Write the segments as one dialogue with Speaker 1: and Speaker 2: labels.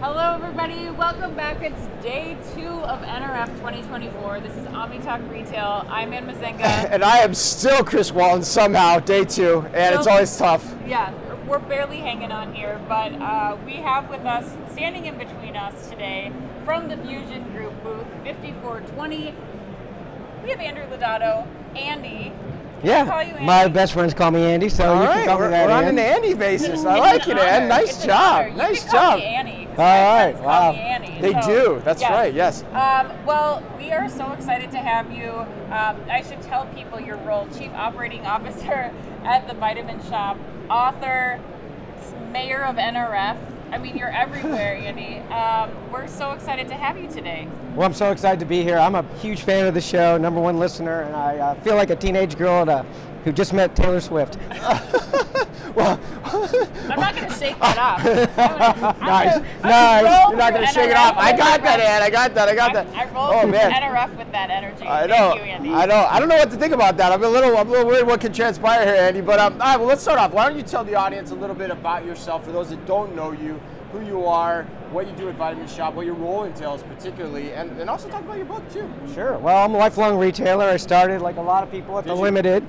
Speaker 1: Hello, everybody. Welcome back. It's day two of NRF 2024. This is OmniTalk Retail. I'm Ann Mazenga.
Speaker 2: And I am still Chris Walton somehow, day two, and it's
Speaker 1: Nope.
Speaker 2: always tough.
Speaker 1: yeah, we're barely hanging on here, but uh, we have with us, standing in between us today, from the Fusion Group booth 5420, we have Andrew Lodato, Andy.
Speaker 3: Yeah,
Speaker 1: call you
Speaker 3: my
Speaker 1: Andy?
Speaker 3: best friend's call me Andy, so
Speaker 2: All
Speaker 3: you
Speaker 2: right,
Speaker 3: can call
Speaker 2: we're,
Speaker 3: me that.
Speaker 2: we're on an
Speaker 3: Ann.
Speaker 2: Andy basis. I
Speaker 1: It's
Speaker 2: like
Speaker 1: an
Speaker 2: it, Ann.
Speaker 1: honor.
Speaker 2: Nice
Speaker 1: It's an honor.
Speaker 2: job.
Speaker 1: You
Speaker 2: Nice
Speaker 1: can call
Speaker 2: job.
Speaker 1: Me Annie, 'cause
Speaker 2: All
Speaker 1: my
Speaker 2: right,
Speaker 1: friends call
Speaker 2: wow.
Speaker 1: me Annie.
Speaker 2: They
Speaker 1: So,
Speaker 2: do. That's right, yes.
Speaker 1: Um, well, we are so excited to have you. Um, I should tell people your role: Chief Operating Officer at the Vitamin Shop, author, s- Mayor of NRF. I mean, you're everywhere, Andy. Um, we're so excited to have you today.
Speaker 3: Well, I'm so excited to be here. I'm a huge fan of the show, number one listener, and I uh, feel like a teenage girl at a, who just met Taylor Swift.
Speaker 2: Well,
Speaker 1: I'm not going to shake that off. I'm gonna- I'm
Speaker 2: nice.
Speaker 1: gonna- I'm gonna
Speaker 2: Nice.
Speaker 1: roll
Speaker 2: You're not
Speaker 1: through
Speaker 2: going to shake it
Speaker 1: NRF
Speaker 2: off. I
Speaker 1: with
Speaker 2: got
Speaker 1: the
Speaker 2: that,
Speaker 1: rest.
Speaker 2: Ann. I got that. I got that.
Speaker 1: I, I rolled
Speaker 2: Oh,
Speaker 1: through
Speaker 2: man.
Speaker 1: NRF with that energy.
Speaker 2: I
Speaker 1: Thank
Speaker 2: know.
Speaker 1: you, Andy.
Speaker 2: I know. I don't know what to think about that. I'm a little. I'm a little worried what can transpire here, Andy. But um, all right. Well, let's start off. Why don't you tell the audience a little bit about yourself for those that don't know you, who you are, what you do at Vitamin Shop, what your role entails, particularly, and, and also talk about your book too.
Speaker 3: sure. Well, I'm a lifelong retailer. I started like a lot of people at
Speaker 2: Did
Speaker 3: the
Speaker 2: you-
Speaker 3: Limited.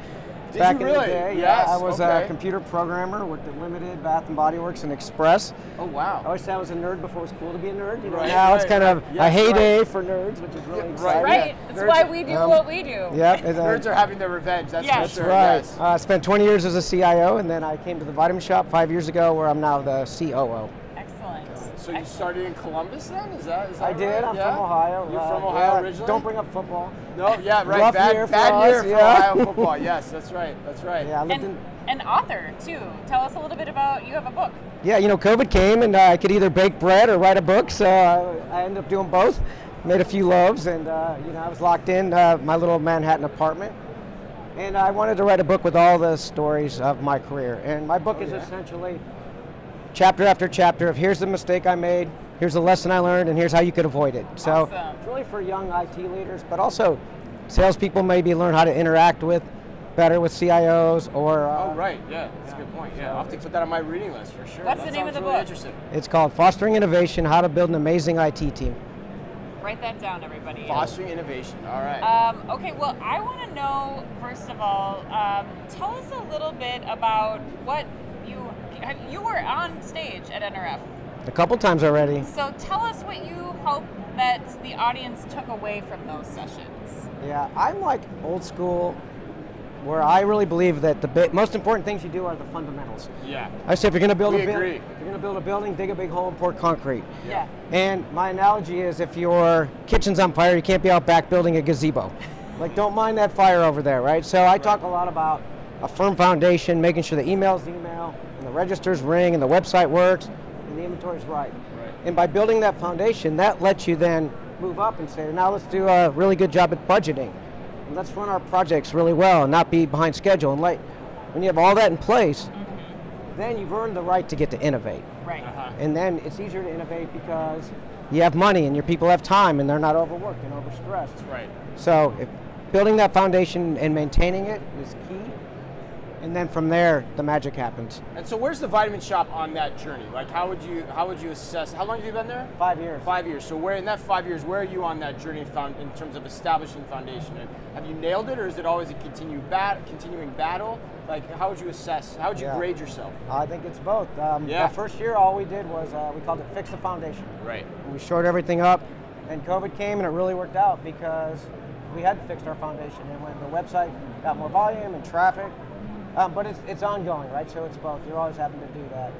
Speaker 2: Did
Speaker 3: back
Speaker 2: you
Speaker 3: in the
Speaker 2: really?
Speaker 3: day,
Speaker 2: Yes,
Speaker 3: yeah, I was
Speaker 2: okay.
Speaker 3: a computer programmer with the Limited, Bath and Body Works, and Express.
Speaker 2: Oh
Speaker 3: I
Speaker 2: wow.
Speaker 3: always said I was a nerd before it was cool to be a nerd. You know,
Speaker 2: Right,
Speaker 3: now it's
Speaker 2: right,
Speaker 3: kind of
Speaker 2: right. Yes,
Speaker 3: a heyday
Speaker 2: right.
Speaker 3: for nerds, which is really
Speaker 2: Yeah, right.
Speaker 3: exciting. uh,
Speaker 1: Right.
Speaker 2: Yeah.
Speaker 1: That's
Speaker 2: Nerds-
Speaker 1: why we do
Speaker 3: um,
Speaker 1: what we do.
Speaker 3: Yeah. it's a-
Speaker 2: Nerds are having their revenge. That's
Speaker 1: Yes.
Speaker 2: for
Speaker 1: That's
Speaker 2: sure.
Speaker 3: Right.
Speaker 2: Yes.
Speaker 3: Uh, I spent 20 years as a CIO, and then I came to the Vitamin Shop five years ago, where I'm now the COO.
Speaker 1: Excellent.
Speaker 2: So you started in Columbus then? Is that? Is that
Speaker 3: I did.
Speaker 2: Right?
Speaker 3: I'm
Speaker 2: Yeah?
Speaker 3: from Ohio.
Speaker 2: You're
Speaker 3: Uh,
Speaker 2: from Ohio
Speaker 3: yeah,
Speaker 2: originally.
Speaker 3: Don't bring up football.
Speaker 2: No. Yeah. Right.
Speaker 3: Rough
Speaker 2: bad
Speaker 3: year for
Speaker 2: bad year
Speaker 3: us,
Speaker 2: for
Speaker 3: yeah.
Speaker 2: Ohio football. Yes. That's right. That's right.
Speaker 3: Yeah, I lived
Speaker 1: and
Speaker 3: in.
Speaker 1: an author too. Tell us a little bit about you have a book.
Speaker 3: Yeah, you know, COVID came, and uh, I could either bake bread or write a book, so uh, I, I ended up doing both. Made a few loaves, and uh, you know, I was locked in uh, my little Manhattan apartment, and I wanted to write a book with all the stories of my career. And my book is
Speaker 2: Oh, yeah.
Speaker 3: essentially chapter after chapter of here's the mistake I made, here's the lesson I learned, and here's how you could avoid it. So
Speaker 1: Awesome.
Speaker 3: it's really for young IT leaders, but also salespeople maybe learn how to interact with better with CIOs or. Uh,
Speaker 2: Oh right, yeah, that's a good point. Yeah, I'll have to put that on my reading list for sure.
Speaker 1: What's the
Speaker 2: That
Speaker 1: name of the
Speaker 2: sounds really
Speaker 1: book?
Speaker 2: Interesting.
Speaker 3: It's called Fostering Innovation: How to Build an Amazing IT Team.
Speaker 1: Write that down, everybody.
Speaker 2: Fostering innovation. All right.
Speaker 1: Um, okay, well, I want to know first of all, um, tell us a little bit about what you you were on stage at NRF.
Speaker 3: A couple times already.
Speaker 1: So tell us what you hope that the audience took away from those sessions.
Speaker 3: Yeah, I'm like old school, where I really believe that the bi- most important things you do are the fundamentals.
Speaker 2: yeah.
Speaker 3: I say if you're going to build
Speaker 2: We
Speaker 3: a building,
Speaker 2: agree.
Speaker 3: if you're going to build a building, dig a big hole and pour concrete.
Speaker 1: Yeah.
Speaker 3: And my analogy is if your kitchen's on fire, you can't be out back building a gazebo. Like, don't mind that fire over there, right? So I talk a lot about a firm foundation, making sure the email's email, and the registers ring, and the website works, and the inventory's right.
Speaker 2: Right.
Speaker 3: And by building that foundation, that lets you then move up and say, now let's do a really good job at budgeting. And let's run our projects really well and not be behind schedule and late. When you have all that in place, then you've earned the right to get to innovate.
Speaker 1: Right.
Speaker 2: Uh-huh.
Speaker 3: And then it's easier to innovate because you have money and your people have time and they're not overworked and overstressed.
Speaker 2: Right.
Speaker 3: So if building that foundation and maintaining it is key. And then from there, the magic happens.
Speaker 2: And so, where's the vitamin shop on that journey? Like, how would you how would you assess? How long have you been there?
Speaker 3: Five years.
Speaker 2: Five years. So, where in that five years, where are you on that journey found in terms of establishing foundation? And have you nailed it, or is it always a continued bat continuing battle? Like, how would you assess? How would you
Speaker 3: Yeah.
Speaker 2: grade yourself?
Speaker 3: I think it's both. Um,
Speaker 2: Yeah.
Speaker 3: The first year, all we did was uh, we called it fix the foundation.
Speaker 2: Right.
Speaker 3: We shored everything up. Then COVID came and it really worked out because we had fixed our foundation. And when the website got more volume and traffic, um, but it's, it's ongoing, right? So it's both. You're always having to do that.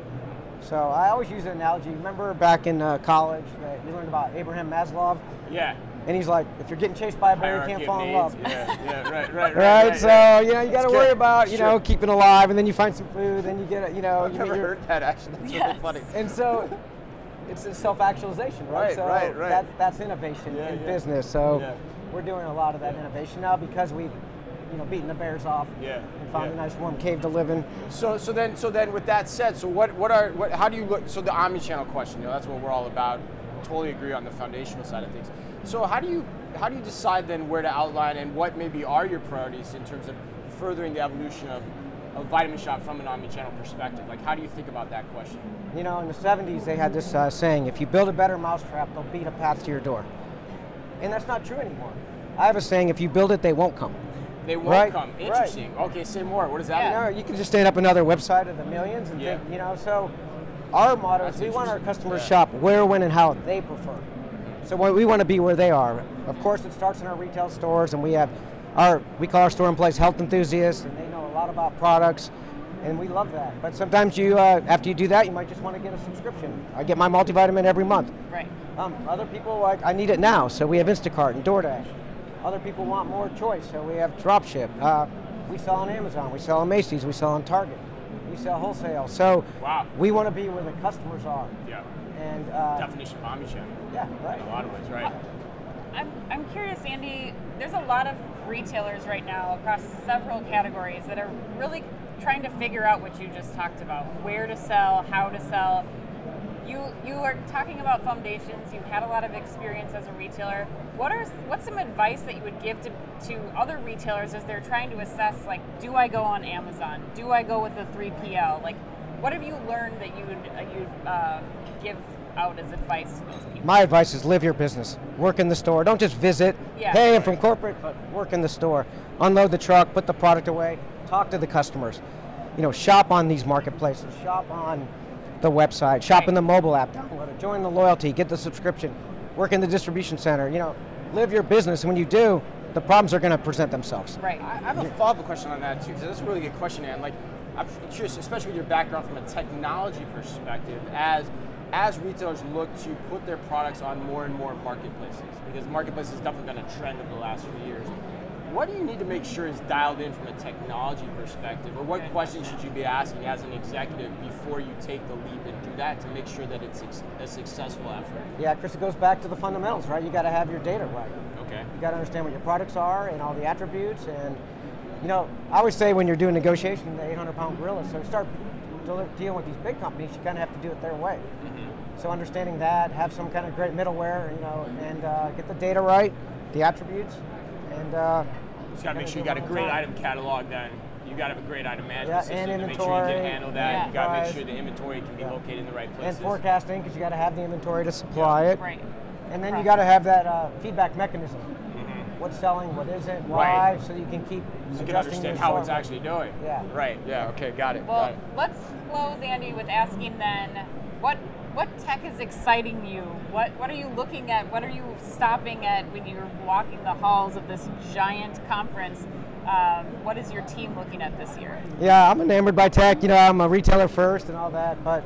Speaker 3: So I always use the analogy. Remember back in uh, college that you learned about Abraham Maslow?
Speaker 2: Yeah.
Speaker 3: And he's like, if you're getting chased by a bear, you can't
Speaker 2: Hierarchy of
Speaker 3: fall
Speaker 2: needs.
Speaker 3: in love.
Speaker 2: Yeah. Yeah. Right. Right. Right.
Speaker 3: Right,
Speaker 2: right,
Speaker 3: so
Speaker 2: right.
Speaker 3: you know you got to
Speaker 2: That's
Speaker 3: worry
Speaker 2: good.
Speaker 3: about you know
Speaker 2: Sure.
Speaker 3: keeping alive, and then you find some food, then you get a- you know
Speaker 2: I've
Speaker 3: you meet
Speaker 2: never
Speaker 3: your-
Speaker 2: heard that actually. That's
Speaker 1: Yes.
Speaker 2: really funny.
Speaker 3: and so it's a self-actualization, right?
Speaker 2: Right,
Speaker 3: so
Speaker 2: right, right.
Speaker 3: That, that's innovation
Speaker 2: Yeah,
Speaker 3: in
Speaker 2: yeah.
Speaker 3: business. So
Speaker 2: Yeah.
Speaker 3: we're doing a lot of that innovation now because we've, you know, beaten the bears off
Speaker 2: Yeah,
Speaker 3: and found
Speaker 2: yeah.
Speaker 3: a nice warm cave to live in.
Speaker 2: So, so then, so then, with that said, so what, what are, what, how do you look? So the omni-channel question, you know, that's what we're all about. Totally agree on the foundational side of things. So, how do you, how do you decide then where to outline and what maybe are your priorities in terms of furthering the evolution of a vitamin shop from an omnichannel perspective? Like, how do you think about that question?
Speaker 3: You know, in the 70s, they had this uh, saying if you build a better mousetrap, they'll beat a path to your door. And that's not true anymore. I have a saying if you build it, they won't come.
Speaker 2: They won't
Speaker 3: Right,
Speaker 2: come.
Speaker 3: right.
Speaker 2: Interesting. Okay, say more. What does that
Speaker 3: You
Speaker 2: mean?
Speaker 3: know, you can just stand up another website of the millions and
Speaker 2: Yeah.
Speaker 3: think, you know, so our motto
Speaker 2: That's
Speaker 3: is we want our
Speaker 2: interesting.
Speaker 3: customers
Speaker 2: Yeah.
Speaker 3: to shop where, when, and how they prefer. So what we want to be where they are. Of course, it starts in our retail stores, and we have our, we call our store and place health enthusiasts, and they know a lot about products, and we love that. But sometimes you, uh, after you do that, you might just want to get a subscription. I get my multivitamin every month.
Speaker 1: Right.
Speaker 3: Um, other people like I need it now, so we have Instacart and DoorDash. Other people want more choice, so we have dropship. Uh, we sell on Amazon, we sell on Macy's, we sell on Target, we sell wholesale. So
Speaker 2: Wow.
Speaker 3: we want to be where the customers are.
Speaker 2: Yeah.
Speaker 3: And uh,
Speaker 2: Definition of omnichannel.
Speaker 3: yeah,
Speaker 2: In a
Speaker 3: right.
Speaker 2: lot of ways, right?
Speaker 1: I'm, I'm curious, Andy. There's a lot of retailers right now across several categories that are really trying to figure out what you just talked about where to sell, how to sell. You, you are talking about foundations. You've had a lot of experience as a retailer. What are what's some advice that you would give to, to other retailers as they're trying to assess like, do I go on Amazon? Do I go with the three PL? Like, what have you learned that you would uh, you uh, give out as advice to those people?
Speaker 3: My advice is live your business, work in the store. Don't just visit.
Speaker 1: Yeah.
Speaker 3: Hey, I'm from corporate, but work in the store. Unload the truck, put the product away, talk to the customers. You know, shop on these marketplaces, shop on the website, shop in
Speaker 1: Right.
Speaker 3: the mobile app, download it, join the loyalty, get the subscription, work in the distribution center. You know, live your business. When you do, the problems are going to present themselves.
Speaker 1: Right.
Speaker 2: I I have a follow-up question on that too, because that's a really good question, and like I'm curious, especially with your background from a technology perspective, as as retailers look to put their products on more and more marketplaces, because marketplaces has definitely been a trend over the last few years. What do you need to make sure is dialed in from a technology perspective, or what questions should you be asking as an executive before you take the leap and do that to make sure that it's suc- a successful effort?
Speaker 3: Yeah, Chris, it goes back to the fundamentals, right? You got to have your data right.
Speaker 2: Okay.
Speaker 3: You got to understand what your products are and all the attributes. And, you know, I always say when you're doing negotiation, the 800 pound gorilla, so start del- dealing with these big companies, you kind of have to do it their way.
Speaker 2: Mm-hmm.
Speaker 3: So understanding that, have some kind of great middleware, you know, and uh, get the data right, the attributes, and uh,
Speaker 2: Just gotta make sure you got a great item catalog then. You gotta have a great item management
Speaker 3: Yeah, and
Speaker 2: system to make sure you can
Speaker 3: inventory.
Speaker 2: handle that.
Speaker 1: Yeah.
Speaker 2: You gotta make
Speaker 3: Supplies.
Speaker 2: sure the inventory can be located in the right
Speaker 3: and
Speaker 2: places.
Speaker 3: forecasting because you got to have the inventory to supply it.
Speaker 1: Right.
Speaker 3: And then you got to have that uh, feedback mechanism. What's selling, what isn't, why,
Speaker 2: Mm-hmm. Right.
Speaker 3: so you can keep
Speaker 2: So you
Speaker 3: adjusting
Speaker 2: can understand
Speaker 3: your
Speaker 2: how it's
Speaker 3: assortment.
Speaker 2: actually doing.
Speaker 3: Yeah.
Speaker 2: Right. Yeah. Okay. Got it.
Speaker 1: Well,
Speaker 2: got it.
Speaker 1: let's close, Andy, with asking then what what tech is exciting you? What what are you looking at? What are you stopping at when you're walking the halls of this giant conference? Um, what is your team looking at this year?
Speaker 3: Yeah, I'm enamored by tech. You know, I'm a retailer first and all that, but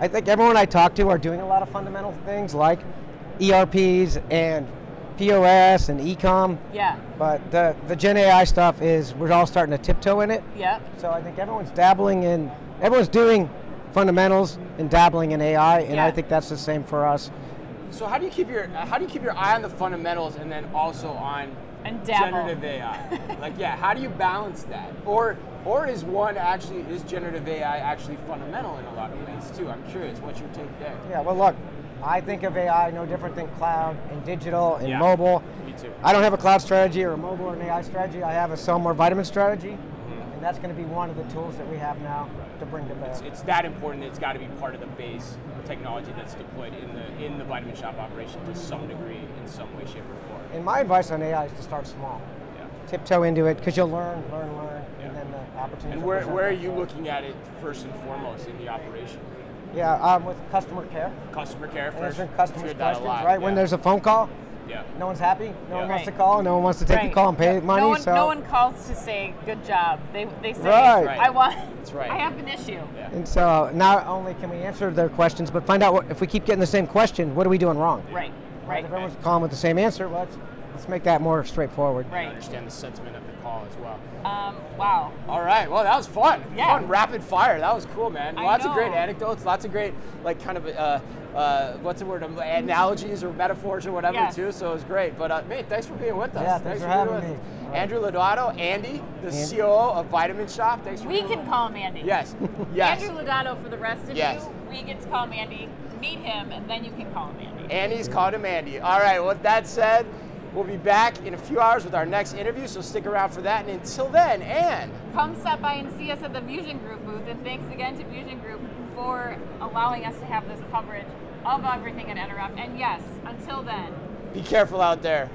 Speaker 3: I think everyone I talk to are doing a lot of fundamental things like ERPs and POS and e-com.
Speaker 1: Yeah.
Speaker 3: But the the Gen AI stuff is we're all starting to tiptoe in it.
Speaker 1: Yeah.
Speaker 3: So I think everyone's dabbling in, everyone's doing fundamentals and dabbling in AI, and
Speaker 1: Yeah.
Speaker 3: I think that's the same for us.
Speaker 2: so how do you keep your uh, how do you keep your eye on the fundamentals and then also on
Speaker 1: And dabble.
Speaker 2: generative AI? like, yeah, how do you balance that? Or or is one actually is generative AI actually fundamental in a lot of ways too? I'm curious. What's your take there?
Speaker 3: Yeah. Well, look, I think of AI no different than cloud and digital and
Speaker 2: Yeah,
Speaker 3: mobile.
Speaker 2: me too.
Speaker 3: I don't have a cloud strategy or a mobile or an AI strategy. I have a sell more vitamin strategy, and that's going to be one of the tools that we have now to bring to bear.
Speaker 2: Mm-hmm. It's, it's that important. It's got to be part of the base technology that's deployed in the in the vitamin shop operation to some degree, in some way, shape, or form.
Speaker 3: and my advice on AI is to start small,
Speaker 2: Yeah.
Speaker 3: tiptoe into it, because you'll learn, learn, learn,
Speaker 2: Yeah.
Speaker 3: and then the opportunity.
Speaker 2: And where, where are you looking at it first and foremost in the operation?
Speaker 3: Yeah, um, with customer care,
Speaker 2: Customer care first.
Speaker 3: answering
Speaker 2: Heard
Speaker 3: customers'
Speaker 2: that a
Speaker 3: questions.
Speaker 2: lot,
Speaker 3: Right when
Speaker 2: yeah.
Speaker 3: there's a phone call,
Speaker 2: yeah.
Speaker 3: no one's happy, no one wants to
Speaker 1: Right.
Speaker 3: call, no one wants to take the
Speaker 1: Right.
Speaker 3: call and pay money.
Speaker 1: No one,
Speaker 3: so
Speaker 1: no one calls to say good job. They, they say
Speaker 3: Right.
Speaker 2: Right.
Speaker 1: I want.
Speaker 2: That's right.
Speaker 1: I have an issue.
Speaker 2: Yeah.
Speaker 3: And so not only can we answer their questions, but find out what, if we keep getting the same question, what are we doing wrong?
Speaker 1: Right.
Speaker 3: Right.
Speaker 1: Right.
Speaker 3: If everyone's calling with the same answer, well, let's, let's make that more straightforward.
Speaker 2: I
Speaker 1: Right.
Speaker 2: understand the sentiment of the call as well.
Speaker 1: Um, wow.
Speaker 2: All right. Well, that was fun.
Speaker 1: Yeah.
Speaker 2: Fun rapid fire. That was cool, man.
Speaker 1: I
Speaker 2: Lots of
Speaker 1: know.
Speaker 2: great anecdotes. Lots of great, like, kind of, uh, uh, what's the word? Um, Analogies or metaphors or whatever,
Speaker 1: Yes.
Speaker 2: too. So it was great. But, uh, mate, thanks for being with us.
Speaker 3: Yeah, thanks for
Speaker 2: being
Speaker 3: having
Speaker 2: with
Speaker 3: me.
Speaker 2: us. Andrew Lodato, Andy, the COO of Vitamin Shop. Thanks for
Speaker 1: We
Speaker 2: being
Speaker 1: can
Speaker 2: with-
Speaker 1: call him Andy.
Speaker 2: Yes. Yes.
Speaker 1: Andrew Lodato for the rest of
Speaker 2: Yes.
Speaker 1: you. We get to call him Andy. Meet him, and then you can call him Andy.
Speaker 2: Annie's called him Andy. All right, with that said, We'll be back in a few hours with our next interview, so stick around for that. And until then, and
Speaker 1: Come stop by and see us at the Fusion Group booth. And thanks again to Fusion Group for allowing us to have this coverage of everything at NRF. And yes, until then,
Speaker 2: be careful out there.